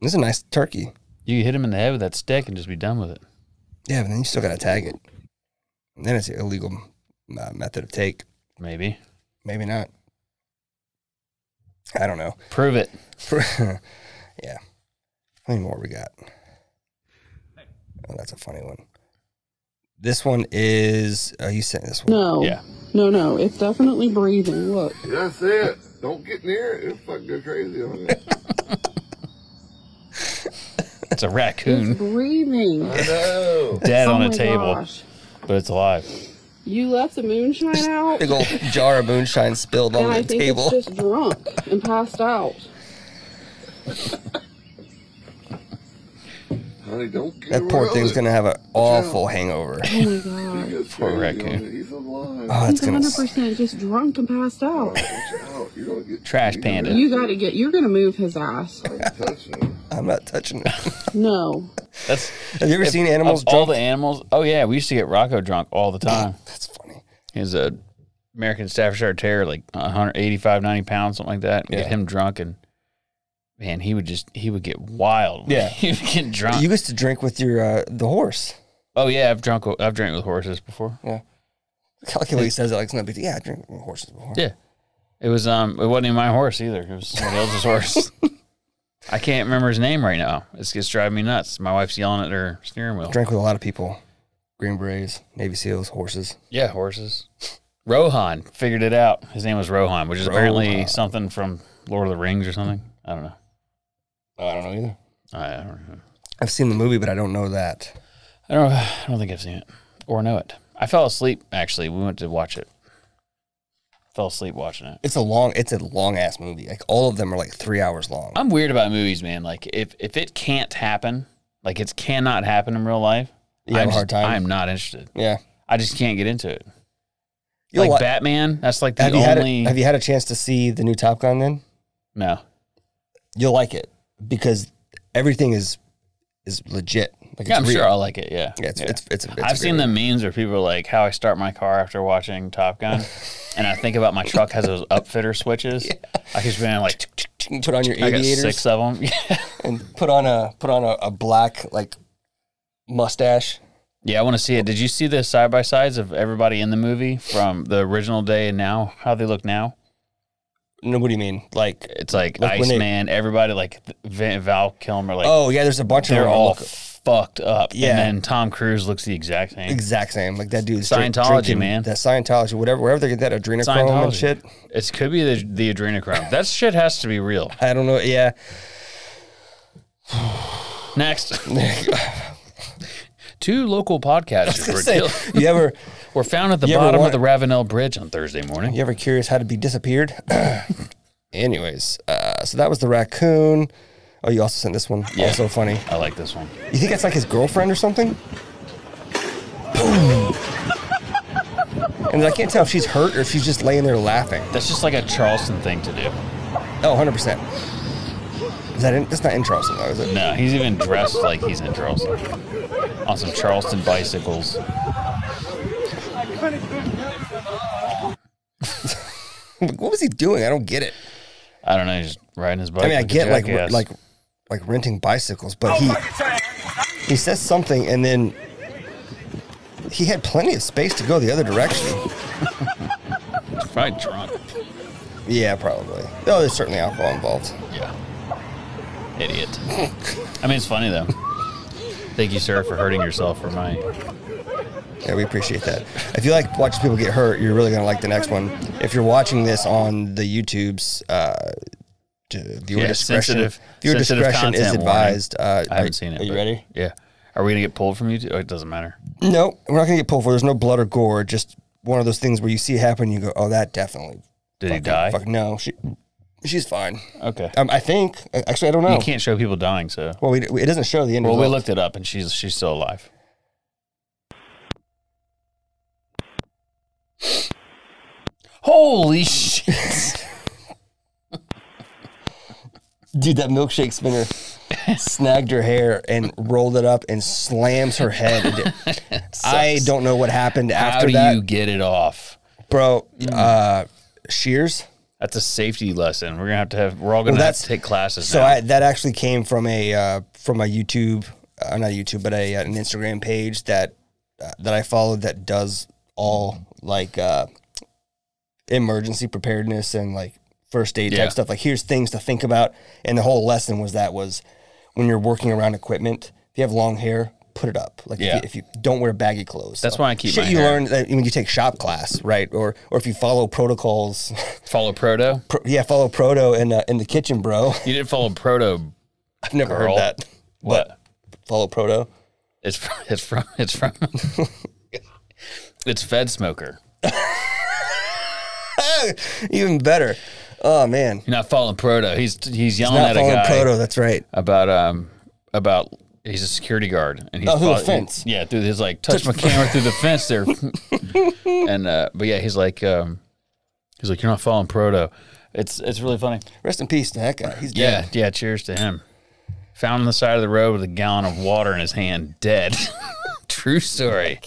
this is a nice turkey. You could hit him in the head with that stick and just be done with it. Yeah, but then you still gotta tag it. And then it's an illegal uh, method of take. Maybe Maybe not. I don't know. prove it. yeah. How many more we got? Oh, that's a funny one. This one is. Oh, you sent this one. No. Yeah. No, no. It's definitely breathing. Look. That's it. Don't get near it. It'll fucking go crazy on it. It's a raccoon. It's breathing. I know. dead Oh on a my table, gosh. but it's alive. You left the moonshine out, Big old jar of moonshine spilled and on I the think table. it's just drunk and passed out. Honey, don't get That poor around thing's it. gonna have an awful hangover. Oh my god. It's Poor crazy on raccoon. it. He's alive. Oh, it's It's gonna. 100% just drunk and passed out. Watch out. You don't get Trash you don't panda. You gotta get. You're gonna move his ass. get touched on it. I'm not touching it. No. That's Have you ever seen animals of all drunk? the Mm. animals. Oh yeah, we used to get Rocco drunk all the time. That's funny. He was a American Staffordshire Terrier, like 185, 90 pounds, something like that. Get Yeah. him drunk and man, he would just he would get wild. Yeah. he would get drunk. You used to drink with your uh, the horse. oh yeah, I've drunk I've drank with horses before. I like the way he says it like it's not big. deal. Yeah, I drink with horses before. Yeah. It was um it wasn't even my horse either. It was somebody else's horse. I can't remember his name right now. It's just driving me nuts. My wife's yelling at her steering wheel. Drank with a lot of people. Green Berets, Navy SEALs, horses. Yeah, horses. Rohan figured it out. His name was Rohan, which is apparently something from Lord of the Rings or something. I don't know. Oh, I don't know either. I I don't know. I've seen the movie, but I don't know that. I don't. I don't think I've seen it or know it. I fell asleep. Actually, we went to watch it. Fell asleep watching it. It's a long. It's a long ass movie. Like all of them are like three hours long. I'm weird about movies, man. Like if if it can't happen, like it cannot happen in real life. You have I'm a hard just- time? I'm not interested. yeah. I just can't get into it. You'll like li- Batman. That's like the have you had a, only. Have you had a chance to see the new Top Gun? Then no. you'll like it because everything is is legit. Like Yeah, I'm it's real. sure I'll like it. Yeah. Yeah, it's, Yeah. it's it's. it's I've seen real. the memes where people are like, "How I start my car after watching Top Gun," and I think about my truck has those upfitter switches. I just been like, You can put on your I got aviators six of them. and put on a put on a, a black like mustache. yeah, I want to see it. Did you see the side by sides of everybody in the movie from the original day and now? How they look now? No, what do you mean? Like, It's like Like when they- Iceman, everybody like th- Van, Val Kilmer, like oh yeah, there's a bunch of they're them. all Look, fucked up. Yeah. And then Tom Cruise looks the exact same. exact same. Like that dude's drink- Scientology, drinking- man. That Scientology, whatever, wherever they get that adrenochrome and Scientology. shit. It could be the, the adrenochrome. that shit has to be real. I don't know. Yeah, Next. Two local podcasters were, Say, killed, you ever were found at the You ever bottom wa- of the Ravenel Bridge on Thursday morning. you ever curious how to be disappeared? Anyways, uh, so that was the raccoon. Oh, you also sent this one. Also funny. I like this one. You think that's like his girlfriend or something? and I can't tell if she's hurt or if she's just laying there laughing. That's just like a Charleston thing to do. Oh, 100%. Is that in? That's not in Charleston, though, is it? No, he's even dressed like he's in Charleston on some Charleston bicycles. what was he doing? I don't get it. I don't know, he's riding his bike. I mean, I like a get like re- jackass. like like renting bicycles, but he he says something and then he had plenty of space to go the other direction. probably drunk. Yeah, probably. Oh, there's certainly alcohol involved. Yeah, idiot. I mean, it's funny though. Thank you, sir, for hurting yourself for my. Yeah, we appreciate that. If you like watching people get hurt, you're really gonna like the next one. If you're watching this on the YouTube's, uh, d- viewer Yeah, discretion, sensitive- viewer sensitive discretion is content advised. Uh, I haven't are- seen it. Are you but- ready? Yeah. Are we gonna get pulled from YouTube? Oh, it doesn't matter. No, we're not gonna get pulled for. it. There's no blood or gore. Just one of those things where you see it happen, you go, "Oh, that definitely." Did he fucking- die? Fuck no, she, she's fine. Okay. Um, I think. Actually, I don't know. You can't show people dying, so. Well, we, it doesn't show the end. Well, we result. looked it up, and she's she's still alive. Holy shit! Dude, that milkshake spinner snagged her hair and rolled it up and slams her head. into- I don't know what happened How after do that, you Mm. get it off? bro. Uh, shears. That's a safety lesson. We're gonna have to have. We're all gonna Well, have that's- to take classes. So now. I, that actually came from a uh, from a YouTube, uh, not YouTube, but a uh, an Instagram page that uh, that I followed that does all like uh, emergency preparedness and like first aid Yeah. type stuff. Like here's things to think about, and the whole lesson was that was when you're working around equipment, if you have long hair. Put it up, like Yeah. if, you, if you don't wear baggy clothes. That's So why I keep shit. my you hair. learn that when you take shop class, right? Or or if you follow protocols, follow proto. pro, yeah, follow proto in uh, in the kitchen, bro. You didn't follow proto. I've never Girl. heard that. What? Follow Proto. It's from, it's from it's from it's Fed Smoker. Even better. Oh man. You're not following proto. He's he's yelling Not at a following guy. Proto, that's right. about um about he's a security guard and he's Oh, through the follow- fence. yeah, through his like touch my camera through the fence there, and uh, but yeah, he's like um, he's like you're not following proto. It's it's really funny. Rest in peace to that guy. He's Yeah, dead. yeah. Cheers to him. Found on the side of the road with a gallon of water in his hand, dead. True story.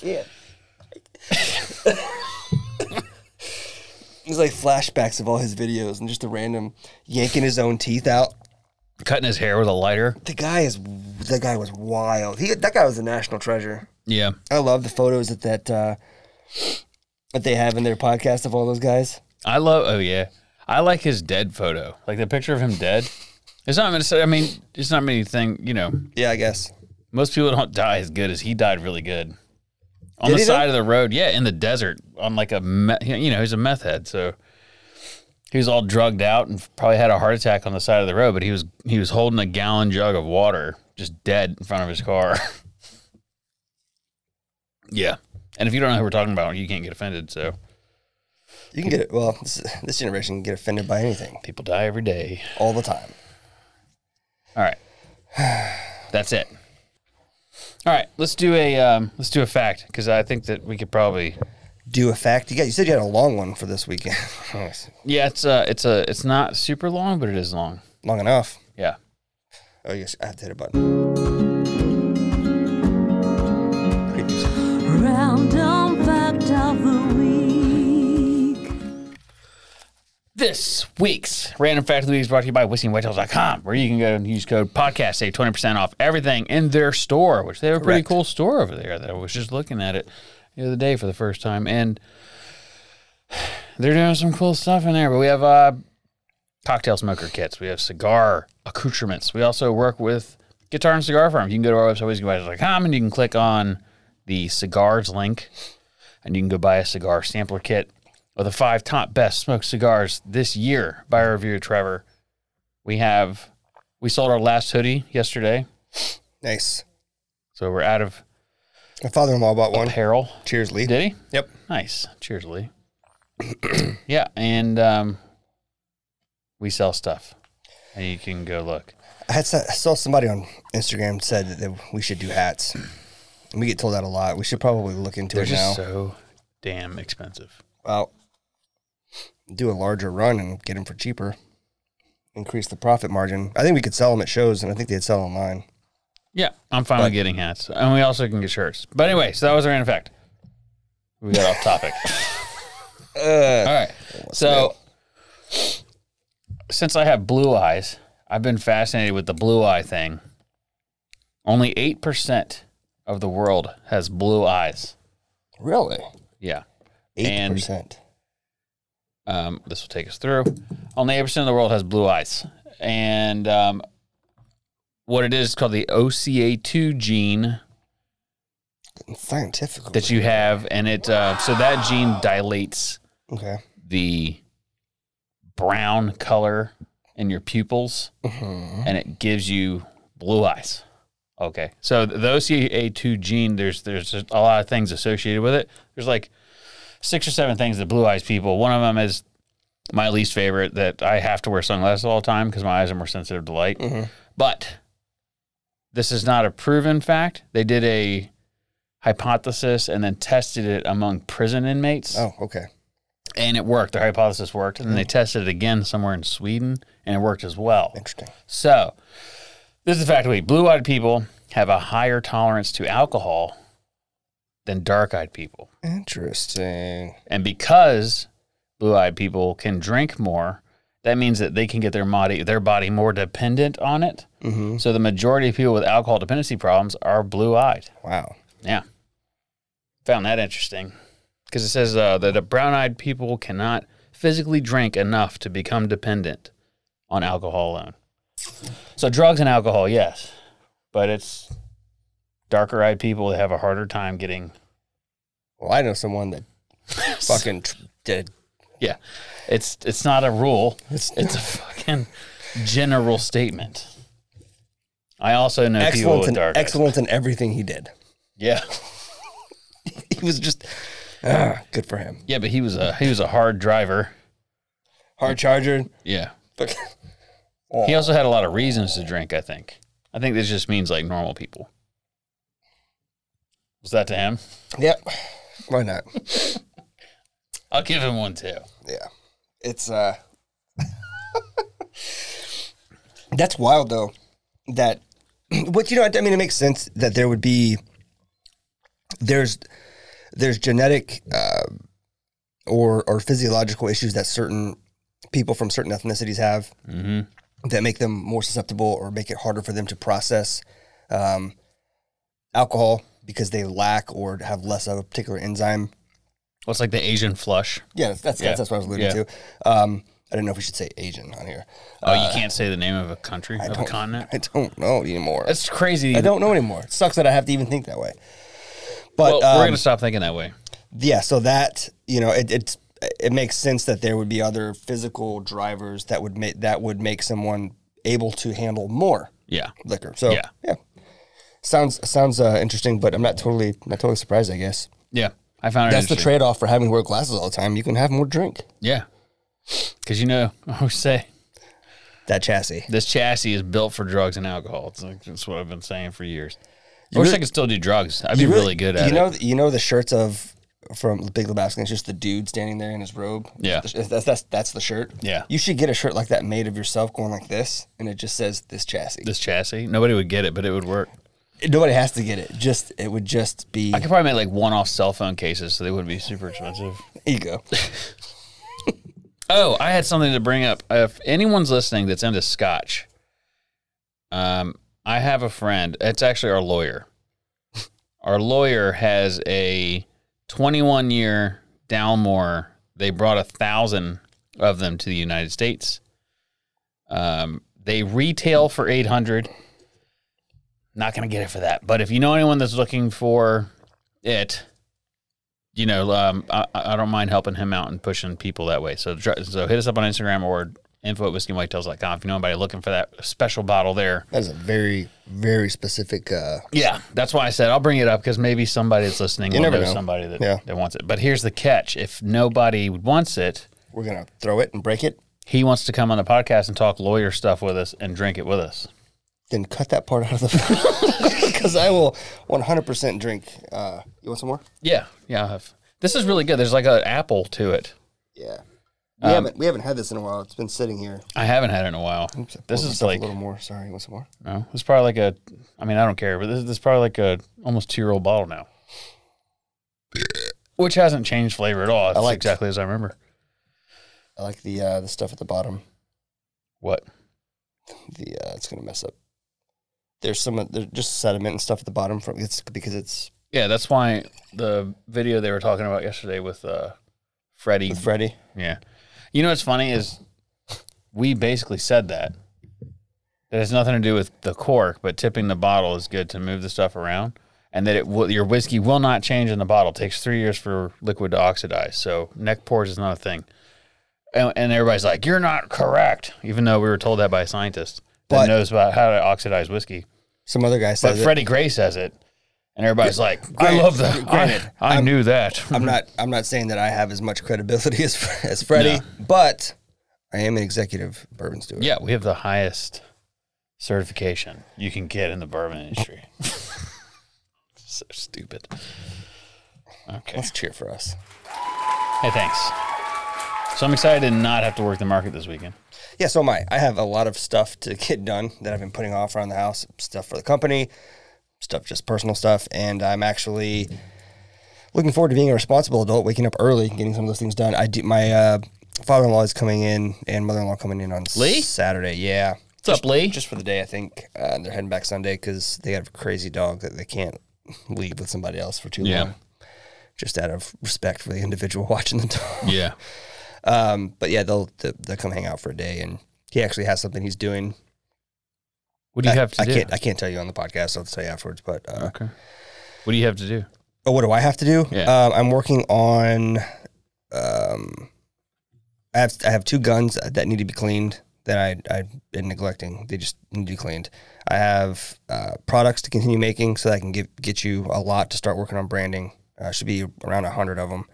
It's like flashbacks of all his videos and just the random yanking his own teeth out. Cutting his hair with a lighter. The guy is that guy was wild. He that guy was a national treasure. Yeah. I love the photos that that uh that they have in their podcast of all those guys. I love. Oh yeah, I like his dead photo. Like the picture of him dead. It's not. it's- I mean, it's not anything. You know, Yeah, I guess. most people don't die as good as he died. Really good. On Did the he, though? side of the road, yeah, in the desert, on like a me- you know he's a meth head, so he was all drugged out and probably had a heart attack on the side of the road. But he was he was holding a gallon jug of water, just dead in front of his car. yeah, and if you don't know who we're talking about, you can't get offended. So You can get it. Well, this, this generation can get offended by anything people die every day. all the time. All right. That's it. All right, let's do a um, let's do a fact because I think that we could probably Do a fact. You got. You said you had a long one for this weekend. yeah it's a it's a it's not super long but it is long long enough. yeah Oh, yes, I have to hit a button. Great music. Random fact of the week. this week's random fact of the week is brought to you by whiskeyandwhitetails.com where you can go and use code podcast save twenty percent off everything in their store which they have a pretty Correct. cool store over there that I was just looking at it the other day for the first time and they're doing some cool stuff in there but we have uh cocktail smoker kits. We have cigar accoutrements. We also work with Guitar and Cigar Farm. You can go to our website, whiskeyguys.com, and you can click on the cigars link, and you can go buy a cigar sampler kit with the five top best smoked cigars this year by our reviewer Trevor. We have we sold our last hoodie yesterday, Nice. so we're out of My father-in-law bought one. apparel. Cheers, Lee. Did he? Yep. Nice. Cheers, Lee. yeah, and um, we sell stuff, and you can go look. I had s- I saw somebody on Instagram said that- that we should do hats. And we get told that a lot. We should probably look into They're it now. just so damn expensive. well, do a larger run and get them for cheaper. Increase the profit margin. I think we could sell them at shows, and I think they'd sell online. Yeah, I'm fine with getting hats, and we also can get shirts. But anyway, so that was our in effect. We got off topic. All right, so since I have blue eyes, I've been fascinated with the blue eye thing. Only eight percent of the world has blue eyes. Really? Yeah. Eight And- percent. Um, this will take us through. Only 8% of the world has blue eyes. And um, what it is is called the OCA2 gene Scientific. that you have. And it, uh, so that gene dilates okay. the brown color in your pupils Mm-hmm. and it gives you blue eyes. Okay. So th- the OCA2 gene, there's there's just a lot of things associated with it. There's like six or seven things that blue eyes people. One of them is my least favorite that I have to wear sunglasses all the time because my eyes are more sensitive to light. But this is not a proven fact. They did a hypothesis and then tested it among prison inmates Oh, okay. and it worked. Their hypothesis worked, and then they tested it again somewhere in Sweden, and it worked as well. Interesting. So, this is the fact of the week: blue-eyed people have a higher tolerance to alcohol than dark-eyed people, Interesting. and because blue-eyed people can drink more, that means that they can get their body their body more dependent on it. Mm-hmm. So, the majority of people with alcohol dependency problems are blue-eyed. Wow. Yeah. Found that interesting because it says uh, that the brown eyed people cannot physically drink enough to become dependent on alcohol alone. So, drugs and alcohol, yes, but it's darker eyed people that have a harder time getting. Well, I know someone that fucking tr- did. Yeah. It's, it's not a rule, it's, a fucking general statement. I also know people Excellent with in, dark eyes. excellent in everything he did. Yeah. He was just ah, good for him. Yeah, but he was a he was a hard driver. Hard charger. Yeah. Fuck. He also had a lot of reasons to drink, I think. I think this just means like normal people. Was that to him? Yep. Why not? I'll give him one too. Yeah. It's uh That's wild though. That what you know, I mean it makes sense that there would be there's there's genetic uh, or or physiological issues that certain people from certain ethnicities have Mm-hmm. that make them more susceptible or make it harder for them to process um, alcohol because they lack or have less of a particular enzyme What's like the Asian flush? yeah, that's that's, Yeah. that's what I was alluding Yeah. to. Um, I don't know if we should say Asian on here. Oh, you can't say the name of a country, of a don't- continent. I don't know anymore. That's crazy. I don't know anymore. It sucks that I have to even think that way. Well, But we're um, gonna stop thinking that way. yeah, so that you know, it, it's it makes sense that there would be other physical drivers that would make that would make someone able to handle more Yeah. liquor. So Yeah. yeah, sounds sounds uh, interesting, but I'm not totally not totally surprised. I guess Yeah. I found it. that's the interesting. trade off for having to wear glasses all the time. You can have more drink. Yeah. Cause you know, I always say That chassis. this chassis is built for drugs and alcohol. It's like that's what I've been saying for years. I wish I could still do drugs. I'd be You really, good at you know, it. You know the shirts of from Big Lebowski. It's just the dude standing there in his robe. Yeah. that's that's, that's the shirt. Yeah. you should get a shirt like that made of yourself, going like this, and it just says this chassis. This chassis. Nobody would get it, but it would work. Nobody has to get it. Just it would just be I could probably make like one-off cell phone cases, so they wouldn't be super expensive. ego. Oh, I had something to bring up. If anyone's listening that's into scotch, um, I have a friend. It's actually our lawyer. our lawyer has a 21 year Dalmore. They brought a thousand of them to the United States. Um, they retail for 800. Not going to get it for that. But if you know anyone that's looking for it, you know, um, I, I don't mind helping him out and pushing people that way. So, dr- so hit us up on Instagram or info at whiskeyandwhitetails.com if you know anybody looking for that special bottle there. That is a very, very specific. Uh, Yeah, that's why I said I'll bring it up because maybe somebody that's listening You will never know, know. somebody that, Yeah. that wants it. But here's the catch: if nobody wants it, we're gonna throw it and break it, he wants to come on the podcast and talk lawyer stuff with us and drink it with us. then cut that part out of the because I will 100% drink. Uh, you want some more? Yeah, yeah. I have. This is really good. There's like an apple to it. Yeah. We haven't we haven't had this in a while. It's been sitting here. I haven't had it in a while. I poured This is myself like a little more. Sorry, you want some more? no, it's probably like a. I mean, I don't care, but this, this is probably like a almost two year old bottle now, which hasn't changed flavor at all. It's like- exactly as I remember. I like the uh, the stuff at the bottom. What? The uh, it's gonna mess up. There's some there's just sediment and stuff at the bottom from it's because it's Yeah, that's why the video they were talking about yesterday with uh, Freddie. with Freddie. yeah, you know what's funny is we basically said that that has nothing to do with the cork, but tipping the bottle is good to move the stuff around, and that it will, your whiskey will not change in the bottle. It takes three years for liquid to oxidize, so neck pores is not a thing. And, and everybody's like, "You're not correct," even though we were told that by a scientist But- that knows about how to oxidize whiskey. Some other guy said But that- Freddie Gray says it, and everybody's like, "I granted- love that." granted, I, I knew that. I'm not I'm not saying that I have as much credibility as as Freddie, but I am an executive bourbon steward. yeah, we have the highest certification you can get in the bourbon industry. so stupid. Okay. Let's cheer for us. Hey, thanks. So I'm excited to not have to work the market this weekend. Yeah, so am I. I have a lot of stuff to get done that I've been putting off around the house, stuff for the company, stuff just personal stuff, and I'm actually looking forward to being a responsible adult, waking up early, getting some of those things done. I do my uh, father-in-law is coming in and mother-in-law coming in on Lee? Saturday. Yeah. What's up, Lee? Just for the day, I think. Uh, and they're heading back Sunday because they have a crazy dog that they can't leave with somebody else for too Yeah. long. Just out of respect for the individual watching the dog. yeah. Um, but yeah, they'll they'll they'll come hang out for a day, and he actually has something he's doing. What do you I, have to I do? can't I can't tell you on the podcast. I'll tell you afterwards. But uh, Okay. What do you have to do? oh, what do I have to do? Yeah. Um, I'm working on. Um, I have I have two guns that need to be cleaned that I I been neglecting. They just need to be cleaned. I have uh, products to continue making so that I can get get you a lot to start working on branding. Uh, should be around hundred of them.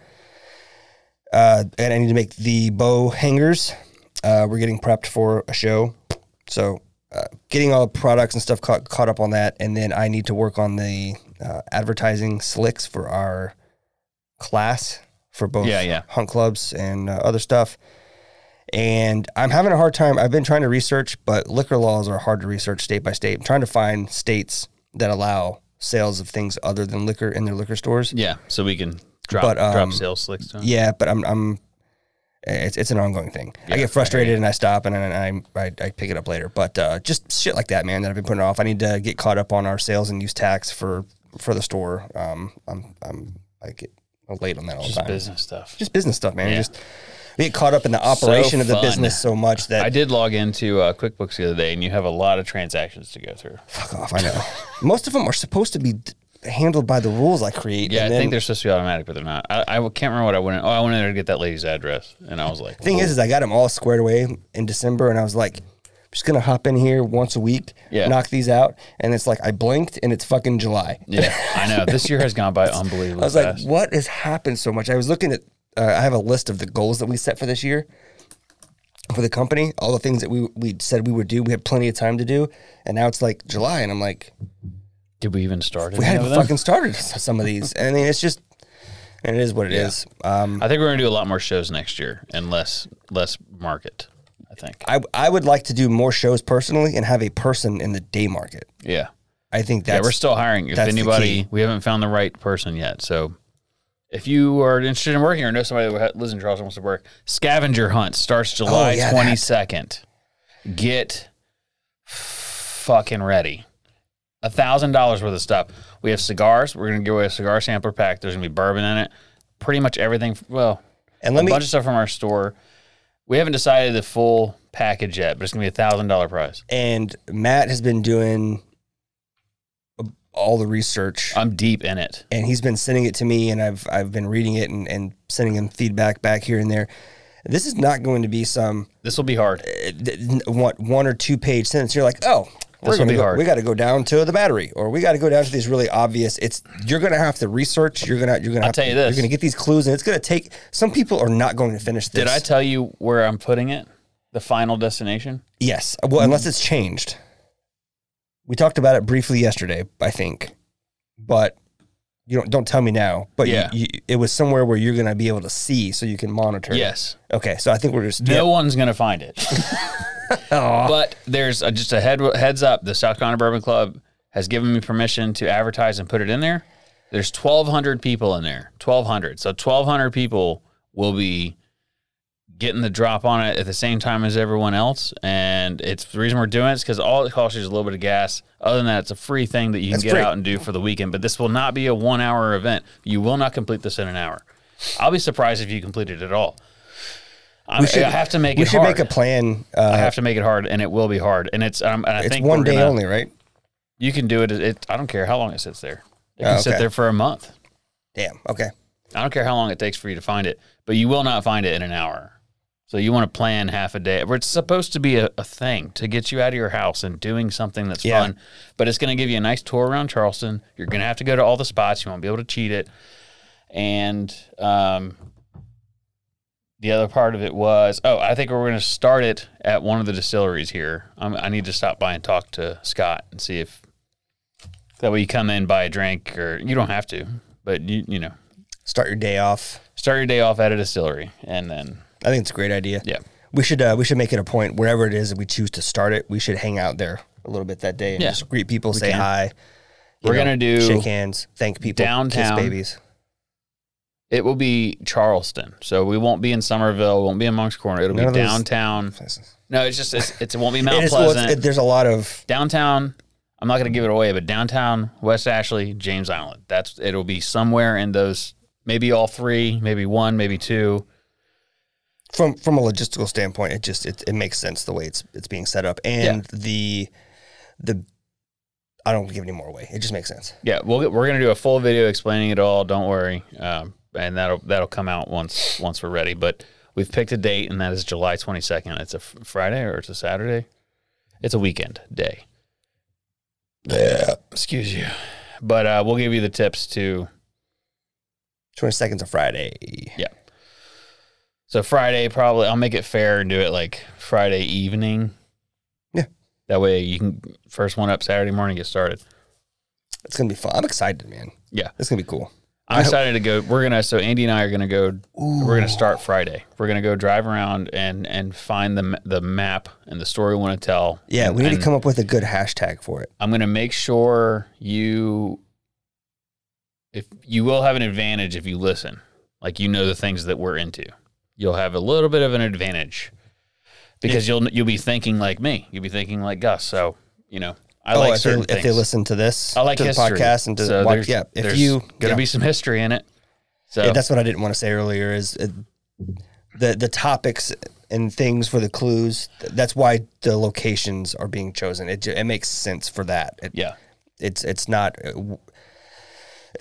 Uh, and I need to make the bow hangers. Uh, we're getting prepped for a show, so uh, getting all the products and stuff caught caught up on that, and then I need to work on the uh, advertising slicks for our class for both Yeah, yeah. hunt clubs and uh, other stuff. And I'm having a hard time. I've been trying to research, but liquor laws are hard to research state by state. I'm trying to find states that allow sales of things other than liquor in their liquor stores. Yeah, so we can drop But, um, drop sales slicks down. Yeah, but I'm I'm it's, it's an ongoing thing. I get frustrated and I stop and then I, I I pick it up later. But uh, just shit like that, man, that I've been putting off. I need to get caught up on our sales and use tax for for the store. Um, I'm I'm I get late on that all the Just time. business stuff. Just business stuff, man. Yeah. Just we get caught up in the operation of the fun. business so much that I did log into uh, QuickBooks the other day, and you have a lot of transactions to go through. fuck off. I know most of them are supposed to be d- handled by the rules I create. Yeah, and I then- think they're supposed to be automatic, but they're not. I, I can't remember what I went. Oh, I went in there to get that lady's address, and I was like, thing is, is I got them all squared away in December, and I was like, I'm just gonna hop in here once a week, Yeah. knock these out, and it's like I blinked, and it's fucking July. yeah, I know. This year has gone by I unbelievably was fast. like, what has happened so much? I was looking at, uh, I have a list of the goals that we set for this year for the company, all the things that we we said we would do. We had plenty of time to do, and now it's like July, and I'm like, Did we even start? we any hadn't of them? fucking started s- some of these, and I mean, it's just, and it is what it is. Um, I think we're gonna do a lot more shows next year and less less market. I think. I, I would like to do more shows personally and have a person in the day market. Yeah, I think that's yeah. We're still hiring. If that's the anybody, key. we haven't found the right person yet. So, if you are interested in working or know somebody that lives in Charleston wants to work, scavenger hunt starts July Oh, yeah, that. twenty second. Get fucking ready. a thousand dollars worth of stuff. We have cigars. We're gonna give away a cigar sampler pack. There's gonna be bourbon in it. Pretty much everything. Well, And let a me- bunch of stuff from our store. We haven't decided the full package yet, but it's gonna be a thousand dollar prize. And Matt has been doing ab- all the research, I'm deep in it. and he's been sending it to me, and I've I've been reading it and, and sending him feedback back here and there. This is not going to be some This will be hard. uh, th- n- one one or two page sentence. You're like, oh, we're This'll gonna be go- hard. we got to go down to the battery, or we got to go down to these really obvious. It's you're gonna have to research. You're gonna you're gonna I'll have tell to- you this. You're gonna get these clues, and it's gonna take. Some people are not going to finish this. Did I tell you where I'm putting it? The final destination. yes. Well, unless it's changed. We talked about it briefly yesterday, I think, but you don't don't tell me now. But you- Yeah. you, it was somewhere where you're gonna be able to see, so you can monitor. Yes. Okay, so I think we're just No one's gonna find it. but there's a, just a head heads up. The South Carolina Bourbon Club has given me permission to advertise and put it in there. There's 1,200 people in there. 1,200. So 1,200 people will be getting the drop on it at the same time as everyone else. And it's the reason we're doing it is because all it costs you is a little bit of gas. Other than that, it's a free thing that you can It's get free. out and do for the weekend. But this will not be a one hour event. You will not complete this in an hour. I'll be surprised if you complete it at all. I'm, I have to make we it should hard. make a plan. I Uh, have to make it hard, and it will be hard. And it's um, and I it's think one we're day gonna- only, right? You can do it. It I don't care how long it sits there. It Oh, can sit okay. there for a month. Damn. Okay. I don't care how long it takes for you to find it, but you will not find it in an hour. So you want to plan half a day. It's supposed to be a, a thing to get you out of your house and doing something that's Yeah. fun. But it's going to give you a nice tour around Charleston. You're going to have to go to all the spots. You won't be able to cheat it. And um, the other part of it was, oh, I think we're going to start it at one of the distilleries here. i I need to stop by and talk to Scott and see if that way you come in buy a drink or you don't have to, but you you know Start your day off. start your day off at a distillery and then I think it's a great idea. yeah We should uh, we should make it a point wherever it is that we choose to start it. We should hang out there a little bit that day and Yeah. just greet people, We say can. hi. you We're gonna do shake hands, thank people, downtown. kiss babies. it will be charleston so we won't be in somerville won't be in monks corner it'll None of be those- downtown no it's just it's, it's it won't be It mount is- well, it's- pleasant it- there's a lot of downtown i'm not going to give it away but downtown west ashley james island that's it'll be somewhere in those maybe all three maybe one maybe two from from a logistical standpoint. It just it, it makes sense the way it's it's being set up and the the I don't give any more away. It just makes sense. yeah we'll get, we're going to do a full video explaining it all don't worry um, and that'll that'll come out once once we're ready but we've picked a date and that is july 22nd it's a f- friday or it's a saturday it's a weekend day excuse you but uh, we'll give you the tips to Twenty seconds of Friday. yeah so friday probably i'll make it fair and do it like friday evening Yeah. that way you can first one up saturday morning get started It's gonna be fun. I'm excited, man. yeah It's gonna be cool. I'm excited to go. We're gonna so Andy and I are gonna go. We're gonna start Friday. We're gonna go drive around and and find the ma- the map and the story we want to tell. Yeah, And- we need and to come up with a good hashtag for it. I'm gonna make sure you, if you will have an advantage if you listen, like you know the things that we're into. You'll have a little bit of an advantage because you'll you'll be thinking like me. You'll be thinking like Gus. So you know I like Oh, if, they, certain if things. they listen to this, I like to the history. podcast and to so watch, there's- yeah. If there's you gonna yeah. be some history in it. So Yeah, that's what I didn't want to say earlier is uh, the the topics and things for the clues. th- That's why the locations are being chosen. It ju- it makes sense for that. It, yeah. it's it's not. uh, w-